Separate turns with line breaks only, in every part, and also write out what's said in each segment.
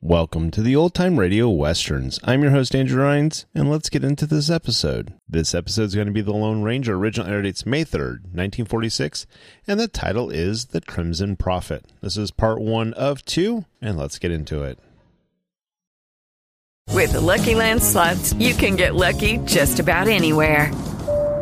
Welcome to the Old Time Radio Westerns. I'm your host, Andrew Rhines, and let's get into this episode. This episode is going to be The Lone Ranger. Original air dates May 3rd, 1946, and the title is The Crimson Prophet. This is part one of two, and let's get into it.
With the Lucky Land slots, you can get lucky just about anywhere.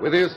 With his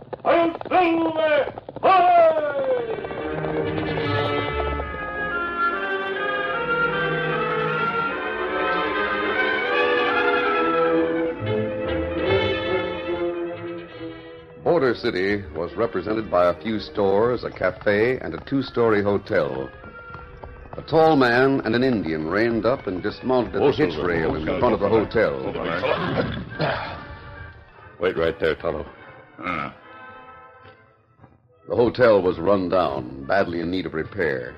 I'm Silver! Hi!
Border City was represented by a few stores, a cafe, and a two story hotel. A tall man and an Indian reined up and dismounted at the hitch rail in front of the hotel.
Wait right there, Tonto.
The hotel was run down, badly in need of repair.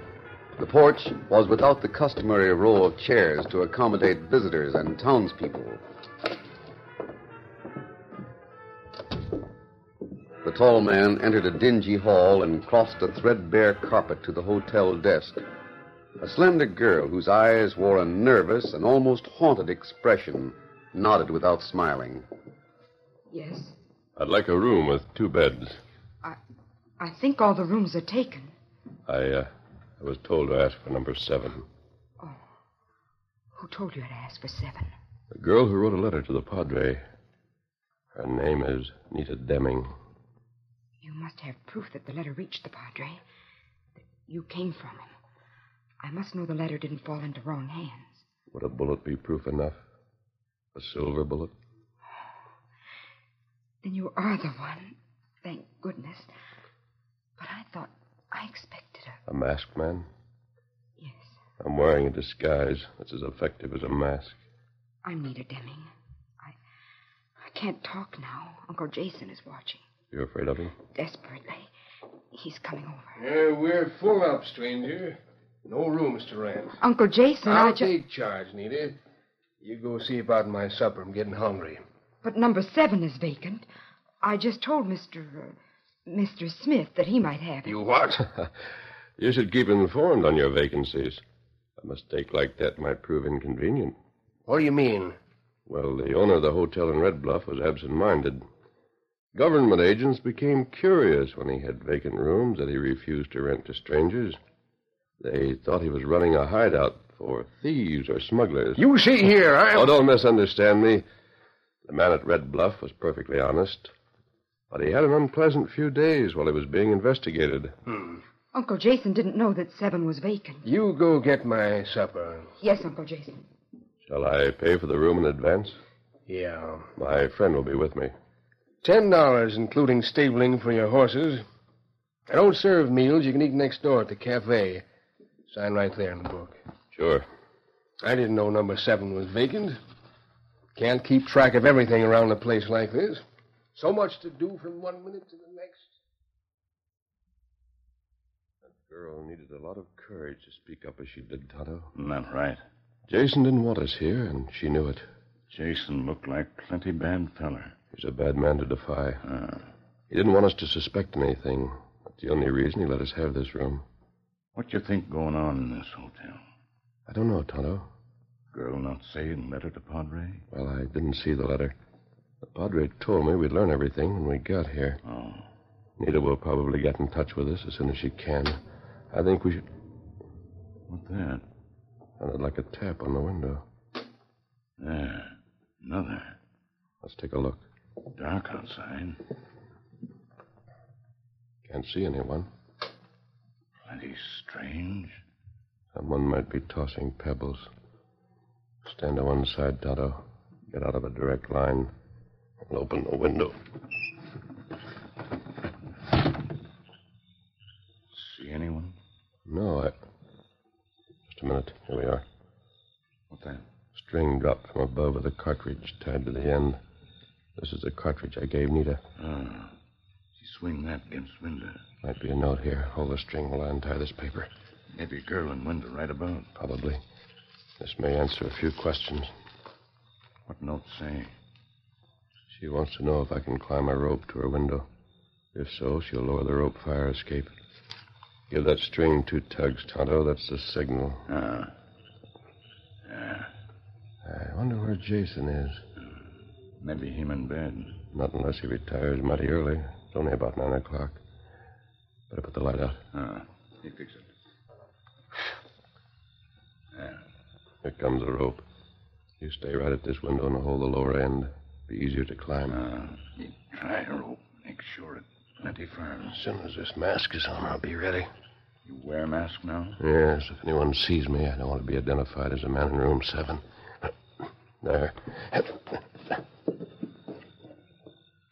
The porch was without the customary row of chairs to accommodate visitors and townspeople. The tall man entered a dingy hall and crossed a threadbare carpet to the hotel desk. A slender girl whose eyes wore a nervous and almost haunted expression nodded without smiling.
Yes.
I'd like a room with two beds.
I, I think all the rooms are taken.
I, uh, I was told to ask for number seven.
Who told you to ask for seven?
The girl who wrote a letter to the Padre. Her name is Nita Deming.
You must have proof that the letter reached the Padre. That you came from him. I must know the letter didn't fall into wrong hands.
Would a bullet be proof enough? A silver bullet?
Then you are the one. Thank goodness. But I thought I expected a
A masked man?
yes.
I'm wearing a disguise that's as effective as a mask.
I'm Nita Deming. I I can't talk now. Uncle Jason is watching
You're afraid of him?
desperately. He's coming over.
Uh, we're full up, stranger. No rooms to rent.
Uncle Jason, I
I'll
just.
take charge, Nita. You go see about my supper. I'm getting hungry.
But number seven is vacant. I just told Mr. Uh, Mr. Smith that he might have it.
You what?
You should keep informed on your vacancies. A mistake like that might prove inconvenient.
what do you mean?
Well, the owner of the hotel in Red Bluff was absent minded. Government agents became curious when he had vacant rooms that he refused to rent to strangers. They thought he was running a hideout for thieves or smugglers.
You see here, I.
Oh, don't misunderstand me. The man at Red Bluff was perfectly honest, but he had an unpleasant few days while he was being investigated.
Uncle Jason didn't know that seven was vacant.
You go get my supper.
Yes, Uncle Jason.
Shall I pay for the room in advance?
Yeah.
My friend will be with me.
Ten dollars, including stabling for your horses. I don't serve meals. You can eat next door at the cafe. Sign right there in the book.
Sure.
I didn't know number seven was vacant. Can't keep track of everything around a place like this. So much to do from one minute to the next.
Girl needed a lot of courage to speak up as she did, Tonto.
Not right.
Jason didn't want us here, and she knew it.
Jason looked like plenty bad feller.
He's a bad man to defy.
Uh,
He didn't want us to suspect anything. That's the only reason he let us have this room.
what you think going on in this hotel?
I don't know, Tonto.
Girl not saying letter to Padre?
Well, I didn't see the letter. The Padre told me we'd learn everything when we got here.
Oh,
Nita will probably get in touch with us as soon as she can. I think we should.
what that?
Sounded like a tap on the window.
There, another.
Let's take a look.
Dark outside.
Can't see anyone.
Plenty strange.
Someone might be tossing pebbles. Stand to one side, Tonto. Get out of a direct line. I'll open the window.
See anyone?
No, I. Just a minute. Here we are.
What that?
String dropped from above with a cartridge tied to the end. This is the cartridge I gave Nita.
Ah, she swing that against window.
Might be a note here. Hold the string while I untie this paper.
Maybe girl in window right about.
Probably. This may answer a few questions.
What note say?
She wants to know if I can climb a rope to her window. If so, she'll lower the rope fire escape. Give that string two tugs, Tonto. That's the signal.
Ah,
I wonder where Jason is.
maybe him in bed.
Not unless he retires mighty early. It's only about nine o'clock. Better put the light out.
Ah, he fix it.
Here comes the rope. You stay right at this window and hold the lower end. Be easier to climb.
Try a Ah, rope. Make sure it's plenty firm.
As soon as this mask is on, I'll be ready.
You wear a mask now?
Yes, if anyone sees me, I don't want to be identified as a man in room seven. There.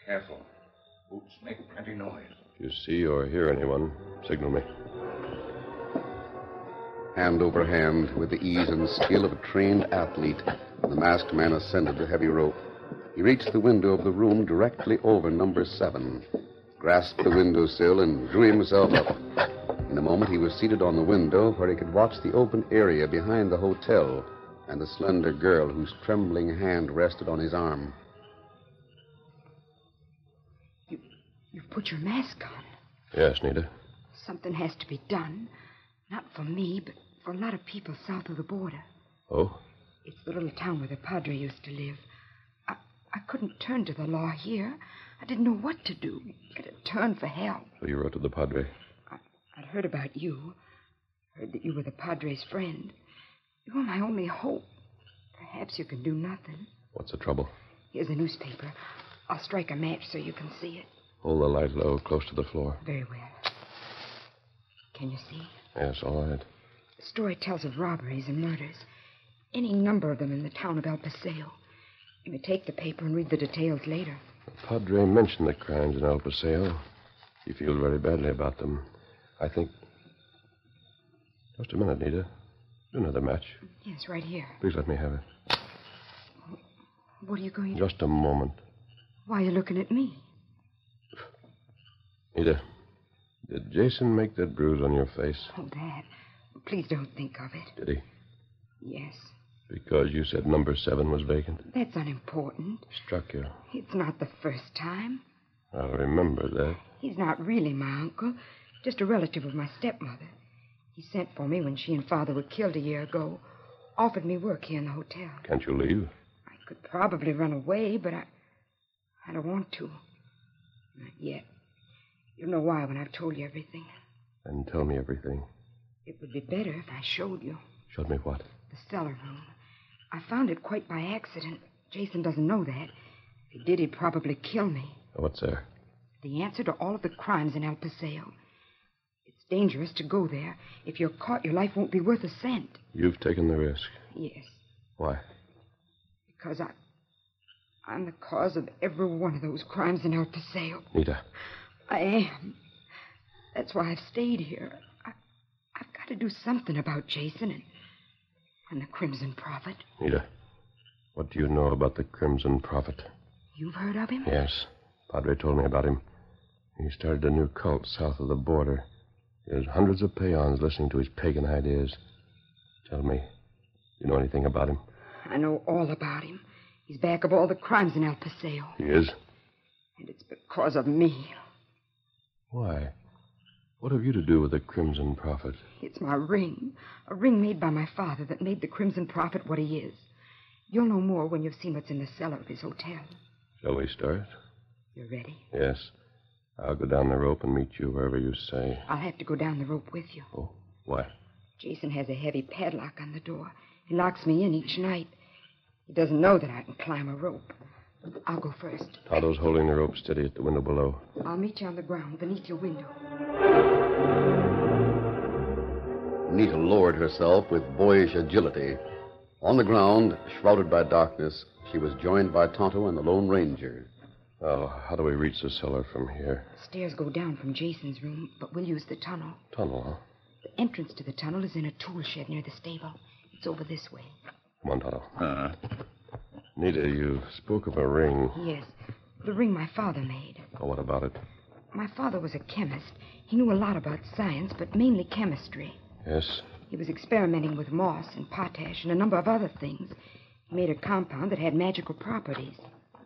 Careful. Boots make plenty noise.
If you see or hear anyone, signal me.
Hand over hand, with the ease and skill of a trained athlete, the masked man ascended the heavy rope. He reached the window of the room directly over number seven, grasped the windowsill, and drew himself up. In a moment, he was seated on the window where he could watch the open area behind the hotel and the slender girl whose trembling hand rested on his arm.
You've put your mask on.
Yes, Nita.
Something has to be done. Not for me, but for a lot of people south of the border.
Oh?
It's the little town where the padre used to live. I, I couldn't turn to the law here. I didn't know what to do. Get a turn for help.
So you wrote to the Padre.
I'd heard about you. Heard that you were the padre's friend. You were my only hope. Perhaps you can do nothing.
What's the trouble?
Here's a newspaper. I'll strike a match so you can see it.
Hold the light low, close to the floor.
Very well. Can you see?
Yes, all right.
The story tells of robberies and murders. Any number of them in the town of El Paseo. You may take the paper and read the details later.
Padre mentioned the crimes in El Paseo. He feels very badly about them. I think. Just a minute, Nita. Do another match.
Yes, right here.
Please let me have it.
What are you going to...
Just a moment.
Why are you looking at me?
Nita, did Jason make that bruise on your face?
Oh, Dad. Please don't think of it.
Did he?
Yes.
Because you said number seven was vacant.
That's unimportant.
Struck you.
It's not the first time.
I'll remember that.
He's not really my uncle, just a relative of my stepmother. He sent for me when she and father were killed a year ago, offered me work here in the hotel.
Can't you leave?
I could probably run away, but I. I don't want to. Not yet. You'll know why when I've told you everything.
Then tell me everything.
It would be better if I showed you
Showed me what?
the cellar room. I found it quite by accident. Jason doesn't know that. If he did, he'd probably kill me.
What's there?
The answer to all of the crimes in El Paseo. It's dangerous to go there. If you're caught, your life won't be worth a cent.
You've taken the risk.
Yes,
Why?
because I. I'm the cause of every one of those crimes in El Paseo.
Nita,
I am. That's why I've stayed here. I, I've got to do something about Jason and, and the Crimson Prophet.
Nita, what do you know about the Crimson Prophet?
You've heard of him?
Yes, Padre told me about him. He started a new cult south of the border. There's hundreds of peons listening to his pagan ideas. Tell me, you know anything about him?
I know all about him. He's back of all the crimes in El Paseo.
He is.
And it's because of me.
Why? What have you to do with the Crimson Prophet?
It's my ring. A ring made by my father that made the Crimson Prophet what he is. You'll know more when you've seen what's in the cellar of his hotel.
Shall we start?
You ready?
Yes. I'll go down the rope and meet you wherever you say.
I'll have to go down the rope with you.
Oh, why?
Jason has a heavy padlock on the door. He locks me in each night. He doesn't know that I can climb a rope. I'll go first.
Tonto's holding the rope steady at the window below.
I'll meet you on the ground beneath your window.
Nita lowered herself with boyish agility. On the ground, shrouded by darkness, she was joined by Tonto and the Lone Ranger.
Oh, how do we reach the cellar from here?
The stairs go down from Jason's room, but we'll use the tunnel.
Tunnel, huh?
The entrance to the tunnel is in a tool shed near the stable. It's over this way.
Come on, Tonto. Nita, you spoke of a ring.
Yes, the ring my father made.
Oh, what about it?
My father was a chemist. He knew a lot about science, but mainly chemistry.
Yes.
He was experimenting with moss and potash and a number of other things. He made a compound that had magical properties.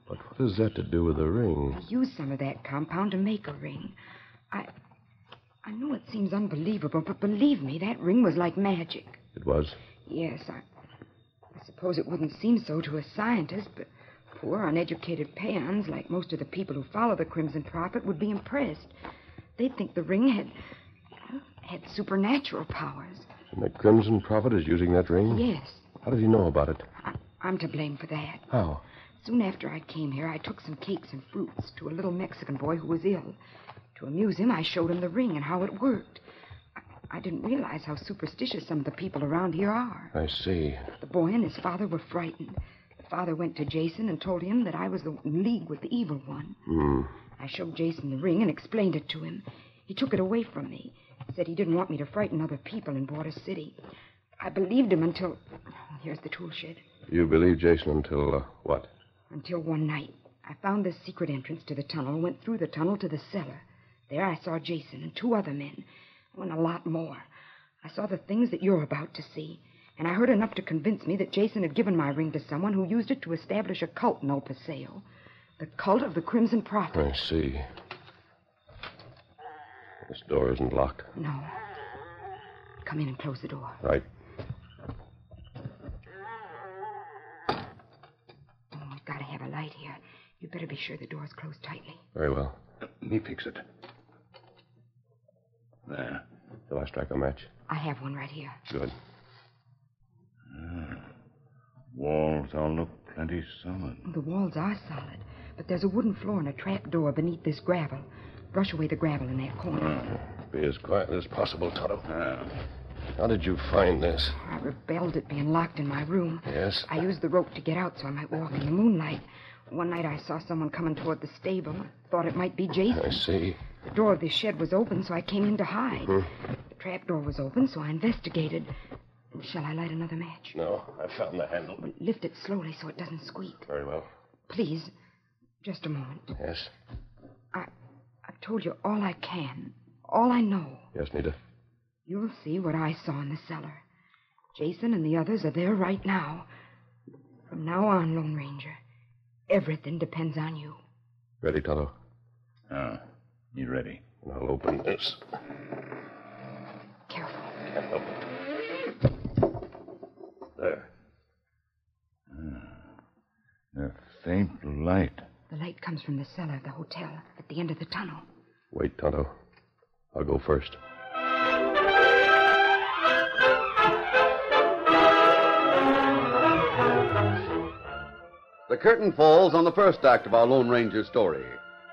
But what has that to do with the ring?
I used some of that compound to make a ring. I. I know it seems unbelievable, but believe me, that ring was like magic.
It was.
Yes, I. I suppose it wouldn't seem so to a scientist, but poor, uneducated peons, like most of the people who follow the Crimson Prophet, would be impressed. They'd think the ring had. had supernatural powers.
And the Crimson Prophet is using that ring?
Yes,
How did he know about it?
I'm to blame for that.
How?
Soon after I came here, I took some cakes and fruits to a little Mexican boy who was ill. To amuse him, I showed him the ring and how it worked. I, I didn't realize how superstitious some of the people around here are.
I see.
The boy and his father were frightened. The father went to Jason and told him that I was the, in league with the evil one.
Hmm.
I showed Jason the ring and explained it to him. He took it away from me. Said he didn't want me to frighten other people in Border City. I believed him until. oh, here's the tool shed.
You believe Jason until uh, what?
Until one night, I found this secret entrance to the tunnel, went through the tunnel to the cellar. There I saw Jason and two other men, oh, and a lot more. I saw the things that you're about to see, and I heard enough to convince me that Jason had given my ring to someone who used it to establish a cult in El Paseo. The cult of the Crimson Prophet.
I see. This door isn't locked.
No. Come in and close the door.
Right.
Oh, we've got to have a light here. You better be sure the door's closed tightly.
Very well.
Let me fix it. There.
Shall I strike a match?
I have one right here.
Good.
Ah. Walls all look plenty solid.
The walls are solid, but there's a wooden floor and a trap door beneath this gravel. Brush away the gravel in that corner.
Be as quiet as possible, Toto.
Ah.
How did you find this?
I rebelled at being locked in my room.
Yes.
I used the rope to get out so I might walk in the moonlight. One night I saw someone coming toward the stable. Thought it might be
I
Jason.
see.
The door of this shed was open, so I came in to hide.
Hmm.
The trap door was open, so I investigated. Shall I light another match?
No, I found the handle.
Lift it slowly so it doesn't squeak.
Very well.
Please, just a moment.
Yes.
I've told you all I can, all I know.
Yes, Nita.
You'll see what I saw in the cellar. Jason and the others are there right now. From now on, Lone Ranger, everything depends on you.
Ready, Toto?
Ah, you ready?
I'll open this.
Careful.
Can't help it. There.
A Ah. faint light.
The light comes from the cellar of the hotel at the end of the tunnel.
Wait, Tonto. I'll go first.
The curtain falls on the first act of our Lone Ranger story.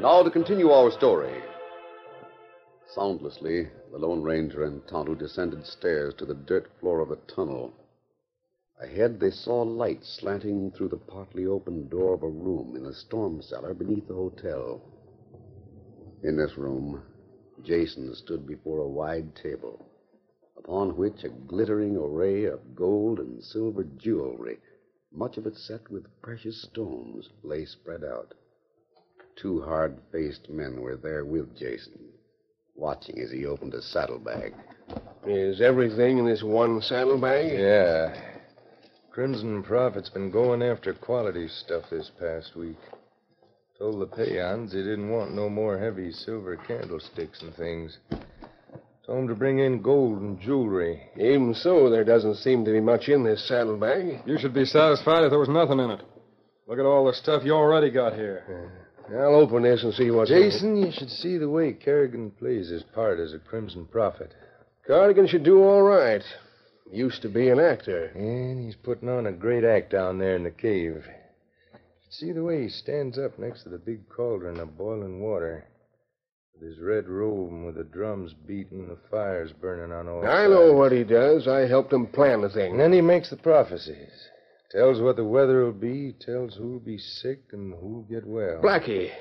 Now to continue our story. Soundlessly, the Lone Ranger and Tonto descended stairs to the dirt floor of the tunnel. Ahead, they saw light slanting through the partly open door of a room in the storm cellar beneath the hotel. In this room, Jason stood before a wide table, upon which a glittering array of gold and silver jewelry, much of it set with precious stones, lay spread out. Two hard faced men were there with Jason, watching as he opened a saddlebag.
Is everything in this one saddlebag?
Yeah. Crimson Prophet's been going after quality stuff this past week. Told the peons he didn't want no more heavy silver candlesticks and things. Told 'em to bring in gold and jewelry.
Even so, there doesn't seem to be much in this saddlebag.
You should be satisfied if there was nothing in it. Look at all the stuff you already got here.
I'll open this and see what's in it.
Jason, you should see the way Kerrigan plays his part as a Crimson Prophet.
Cardigan should do all right. Used to be an actor.
And he's putting on a great act down there in the cave. See the way he stands up next to the big cauldron of boiling water.
His red robe and with the drums beating and the fires burning on all
I know what he does. I helped him plan the thing.
And then he makes the prophecies. Tells what the weather will be, tells who'll be sick and who'll get well.
Blackie,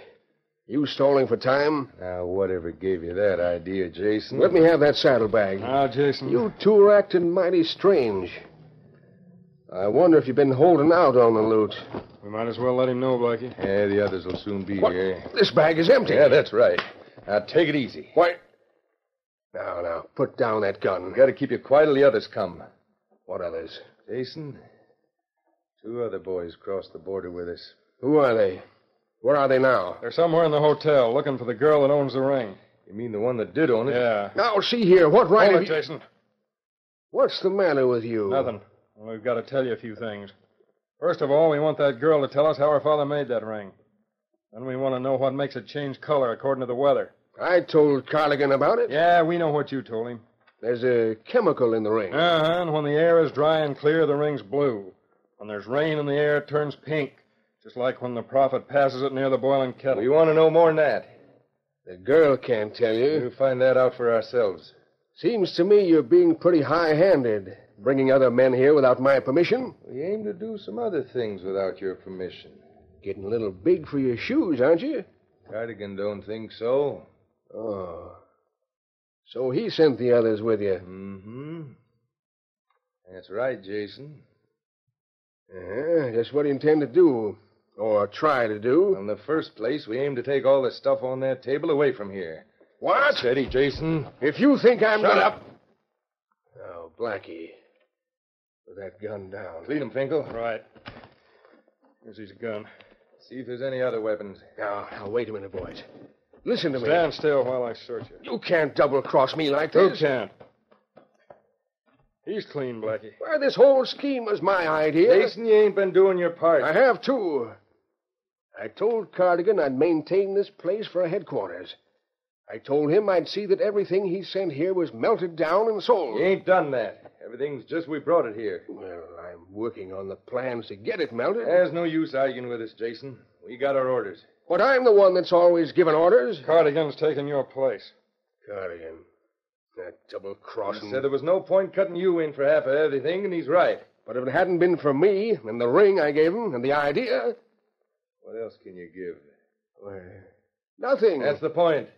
you stalling for time?
Now, whatever gave you that idea, Jason?
Let me have that saddlebag.
Now, Jason.
You two are acting mighty strange. I wonder if you've been holding out on the loot.
We might as well let him know, Blackie. Yeah, the others will soon be
What?
here.
This bag is empty.
Yeah, that's right. Now, take it easy.
Why? Now, now, put down that gun.
You gotta keep you quiet till the others come.
What others?
Jason, two other boys crossed the border with us.
Who are they? Where are they now?
They're somewhere in the hotel looking for the girl that owns the ring.
You mean the one that did own it?
Yeah.
Now, see here. What right
Hold
have
it,
you-
Jason.
What's the matter with you?
Nothing. Well, we've got to tell you a few things. First of all, we want that girl to tell us how her father made that ring. Then we want to know what makes it change color according to the weather.
I told Carligan about it.
Yeah, we know what you told him.
There's a chemical in the ring.
Uh huh. And when the air is dry and clear, the ring's blue. When there's rain in the air, it turns pink, just like when the prophet passes it near the boiling kettle.
We want to know more than that.
The girl can't tell you.
We'll find that out for ourselves.
Seems to me you're being pretty high-handed, bringing other men here without my permission.
We aim to do some other things without your permission.
Getting a little big for your shoes, aren't you?
Cardigan don't think so.
Oh. So he sent the others with you.
Mm-hmm. That's right, Jason.
Yeah, Uh-huh. just what do you intend to do? Or try to do?
In the first place, we aim to take all the stuff on that table away from here.
What?
Steady, Jason.
If you think I'm
Shut
gonna...
up.
Now, Blackie, put that gun down.
Clean him, Finkel.
Right. Here's his gun.
See if there's any other weapons.
Now, now, wait a minute, boys. Listen to me.
Stand still while I search it.
You can't double-cross me like
You
this.
can't. He's clean, Blackie.
Why, this whole scheme was my idea.
Jason, you ain't been doing your part.
I have, too. I told Cardigan I'd maintain this place for a headquarters. I told him I'd see that everything he sent here was melted down and sold.
You ain't done that. Everything's just we brought it here.
Well, I'm working on the plans to get it melted.
There's no use arguing with us, Jason. We got our orders.
But I'm the one that's always given orders.
Cardigan's taking your place.
Cardigan. That double
He
crossing.
said there was no point cutting you in for half of everything, and he's right.
But if it hadn't been for me and the ring I gave him and the idea,
What else can you give?
well, nothing.
That's the point.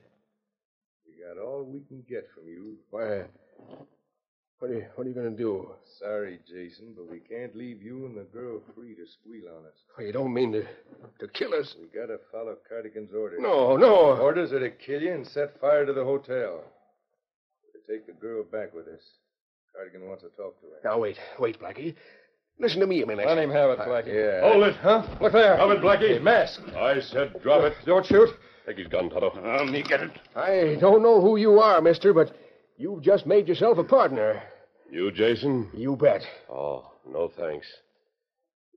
We got all we can get from you.
Why, what are you, what are you going to do?
Sorry, Jason, but we can't leave you and the girl free to squeal on us.
Oh, you don't mean to, to kill us?
We gotta follow Cardigan's orders.
No, no.
Orders are to kill you and set fire to the hotel. To take the girl back with us. Cardigan wants to talk to her.
Now, wait, wait, Blackie. Listen to me a minute. Uh,
Let him have it, Blackie.
yeah.
Hold it, huh? Look there.
Drop it, Blackie.
Hey, mask.
I said drop it.
Don't shoot.
Take his gun, Tonto.
Let me get it.
I don't know who you are, mister, but you've just made yourself a partner.
You, Jason?
You bet.
Oh, no thanks.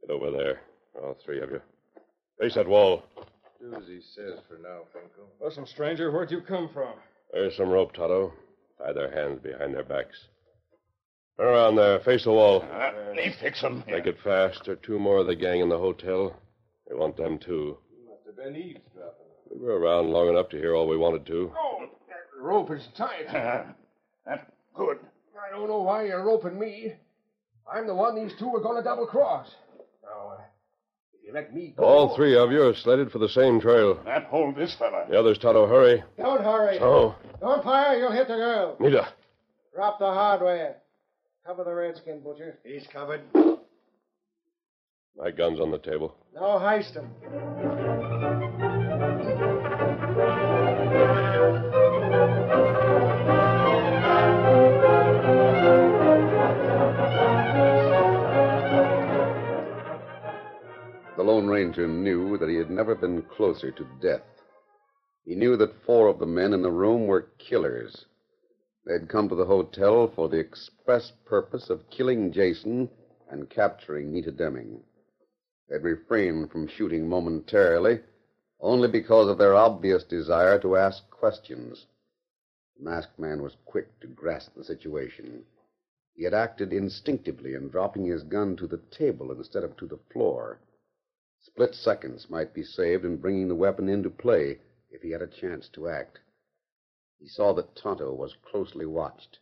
Get over there, all three of you. Face that wall.
Do as he says for now, Finkel.
Listen, stranger, where'd you come from?
There's some rope, Tonto. Tie their hands behind their backs. Turn around there. Face the wall.
Let me fix him.
Make it fast. There are two more of the gang in the hotel. We want them too.
Must have been eavesdropping.
We were around long enough to hear all we wanted to.
Oh, that rope is tight.
Uh, that's good.
I don't know why you're roping me. I'm the one these two are going to double cross. Now, uh, if you let me go.
All three of you are slated for the same trail.
That hold this fella.
The others, Tonto, hurry.
Don't hurry.
Oh,
Don't fire, you'll hit the girl.
Nita.
Drop the hardware. Cover the redskin, Butcher. He's covered.
My gun's on the table.
Now heist him.
The Lone Ranger knew that he had never been closer to death. He knew that four of the men in the room were killers. They'd come to the hotel for the express purpose of killing Jason and capturing Nita Deming. They'd refrained from shooting momentarily only because of their obvious desire to ask questions. The masked man was quick to grasp the situation. He had acted instinctively in dropping his gun to the table instead of to the floor. Split seconds might be saved in bringing the weapon into play if he had a chance to act. He saw that Tonto was closely watched,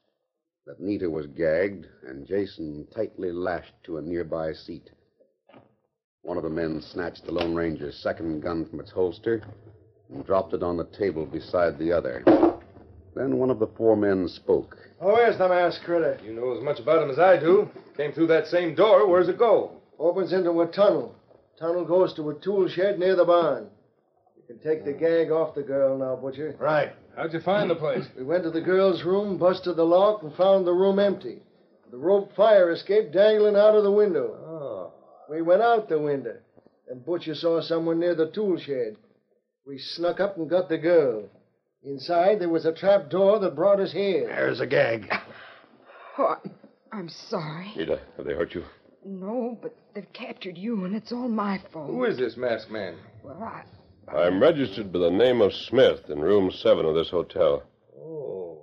that Nita was gagged, and Jason tightly lashed to a nearby seat. One of the men snatched the Lone Ranger's second gun from its holster and dropped it on the table beside the other. Then one of the four men spoke.
Oh, where's the masked critter?
You know as much about him as I do. Came through that same door. Where's it go?
Opens into a tunnel. Tunnel goes to a tool shed near the barn. You can take the gag off the girl now, Butcher.
Right. How'd you find the place?
We went to the girl's room, busted the lock, and found the room empty. The rope fire escape dangling out of the window. Oh. We went out the window, and Butcher saw someone near the tool shed. We snuck up and got the girl. Inside, there was a trap door that brought us here.
There's a gag.
Oh, I, am sorry.
Nita, have they hurt you?
No, but they've captured you, and it's all my fault.
Who is this masked man?
Well, I,
I'm registered by the name of Smith in room seven of this hotel.
You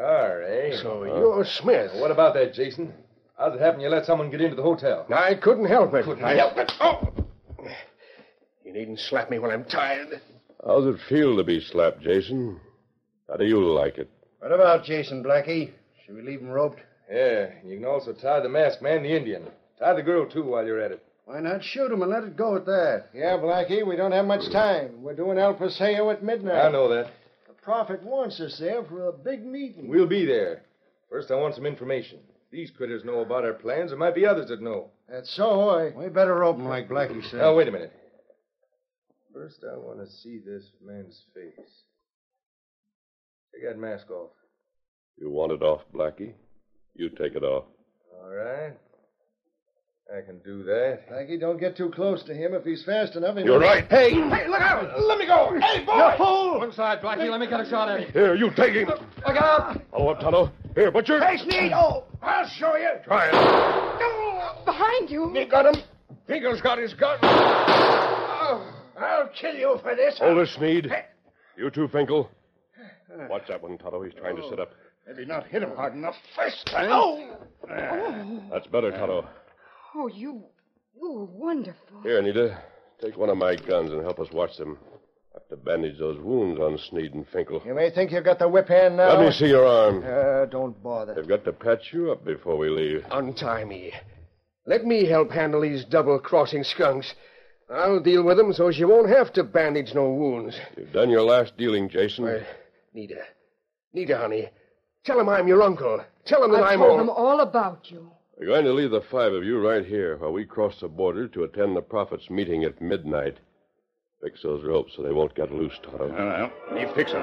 are, Oh, eh? So
you're Smith.
What about that, Jason? How's it happen you let someone get into the hotel?
I couldn't help it.
Couldn't
I
help
it. Oh! You needn't slap me when I'm tired.
How's it feel to be slapped, Jason? How do you like it?
What about Jason Blackie? Should we leave him roped?
Yeah, and you can also tie the masked man, the Indian. Tie the girl, too, while you're at it.
Why not shoot him and let it go at that?
Yeah, Blackie, we don't have much time. We're doing El Paseo at midnight.
I know that.
The prophet wants us there for a big meeting.
We'll be there. First, I want some information. These critters know about our plans. There might be others that know.
That's so, I...
We better rope him like Blackie said.
Now, Oh, wait a minute. First, I want to see this man's face. Take that mask off.
You want it off, Blackie? You take it off.
All right. I can do that.
Blackie, don't get too close to him. If he's fast enough, he
You're right.
Hey,
Hey, look out! Let me go! Hey, boy!
You fool!
One side, Blackie. Let me get a shot at him.
Here, you take him.
Look out!
Follow up, Tonto. Here, Butcher.
Hey, Sneed!
Hmm.
Oh, I'll show you.
Try it.
behind you.
You got him.
Finkel's got his gun.
I'll kill you for this.
Hold it, Sneed. You too, Finkel.
Uh,
Watch that one, Tonto. He's trying to sit up.
Maybe not hit him hard enough.
First time. Oh!
That's better, Tonto.
Oh, you. You were wonderful.
Here, Anita. Take one of my guns and help us watch them. Have to bandage those wounds on Sneed and Finkel.
You may think you've got the whip hand now.
Let me see your arm.
Uh, don't bother.
They've got to patch you up before we leave.
Untie me. Let me help handle these double crossing skunks. I'll deal with them so she won't have to bandage no wounds.
You've done your last dealing, Jason.
Well, Nita. Nita, honey. Tell him I'm your uncle. Tell him that
I
am
told
all.
them all about you.
We're going to leave the five of you right here while we cross the border to attend the prophet's meeting at midnight. Fix those ropes so they won't get loose, Tonto.
Well, me fix him.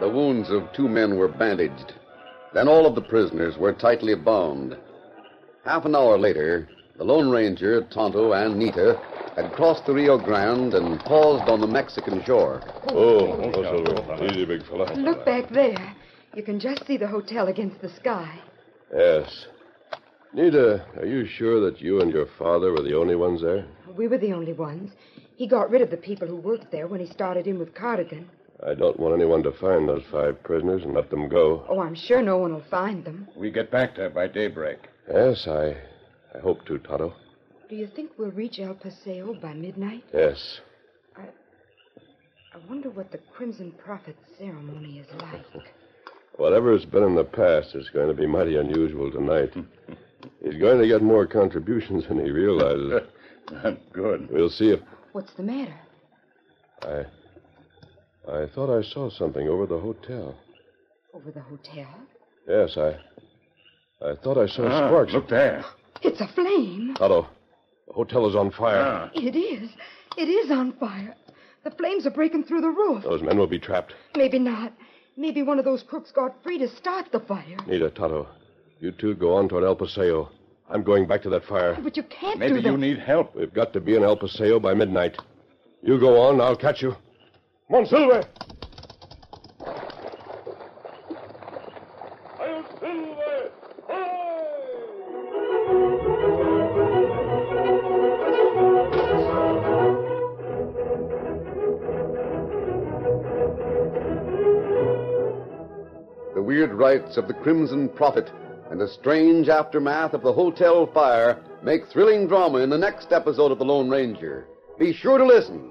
The wounds of two men were bandaged. Then all of the prisoners were tightly bound. Half an hour later, the Lone Ranger, Tonto, and Nita had crossed the Rio Grande and paused on the Mexican shore.
Oh, oh, Silver. Easy, big fella.
Look back there. You can just see the hotel against the sky.
Yes. Nita, are you sure that you and your father were the only ones there?
We were the only ones. He got rid of the people who worked there when he started in with Cardigan.
I don't want anyone to find those five prisoners and let them go.
Oh, I'm sure no one will find them.
We get back there by daybreak.
Yes, I, I hope to, Tonto.
Do you think we'll reach El Paseo by midnight?
Yes.
I wonder what the Crimson Prophet ceremony is like.
Whatever has been in the past is going to be mighty unusual tonight. He's going to get more contributions than he realizes.
Good.
We'll see if
What's the matter?
I. I thought I saw something over the hotel.
Over the hotel?
Yes, I. I thought I saw
Ah,
sparks.
look there.
It's a flame.
Tonto, the hotel is on fire.
Ah,
It is. It is on fire. The flames are breaking through the roof.
Those men will be trapped.
Maybe not. Maybe one of those crooks got free to start the fire.
Nita, Tonto, you two go on toward El Paseo. I'm going back to that fire.
But you can't
maybe
do that.
you need help.
We've got to be in El Paseo by midnight. You go on, I'll catch you. Come on, Silver!
weird rites of the Crimson Prophet and the strange aftermath of the hotel fire make thrilling drama in the next episode of The Lone Ranger. Be sure to listen.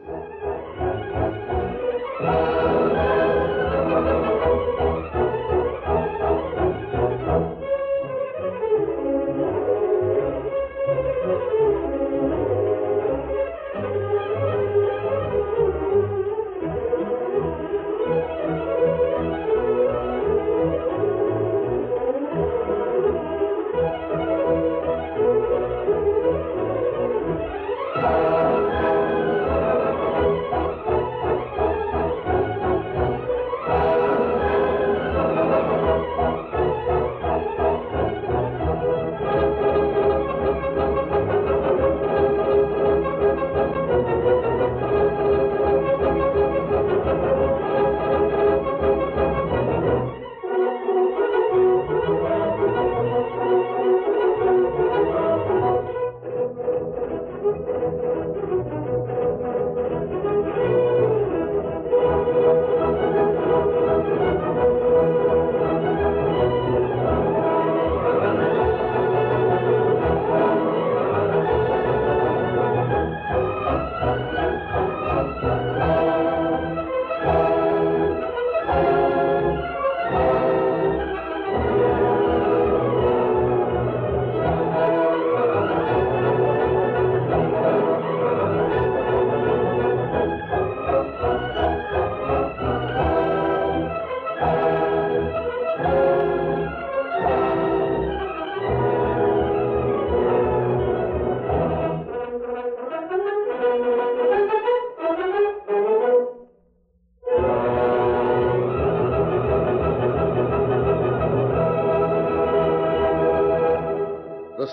The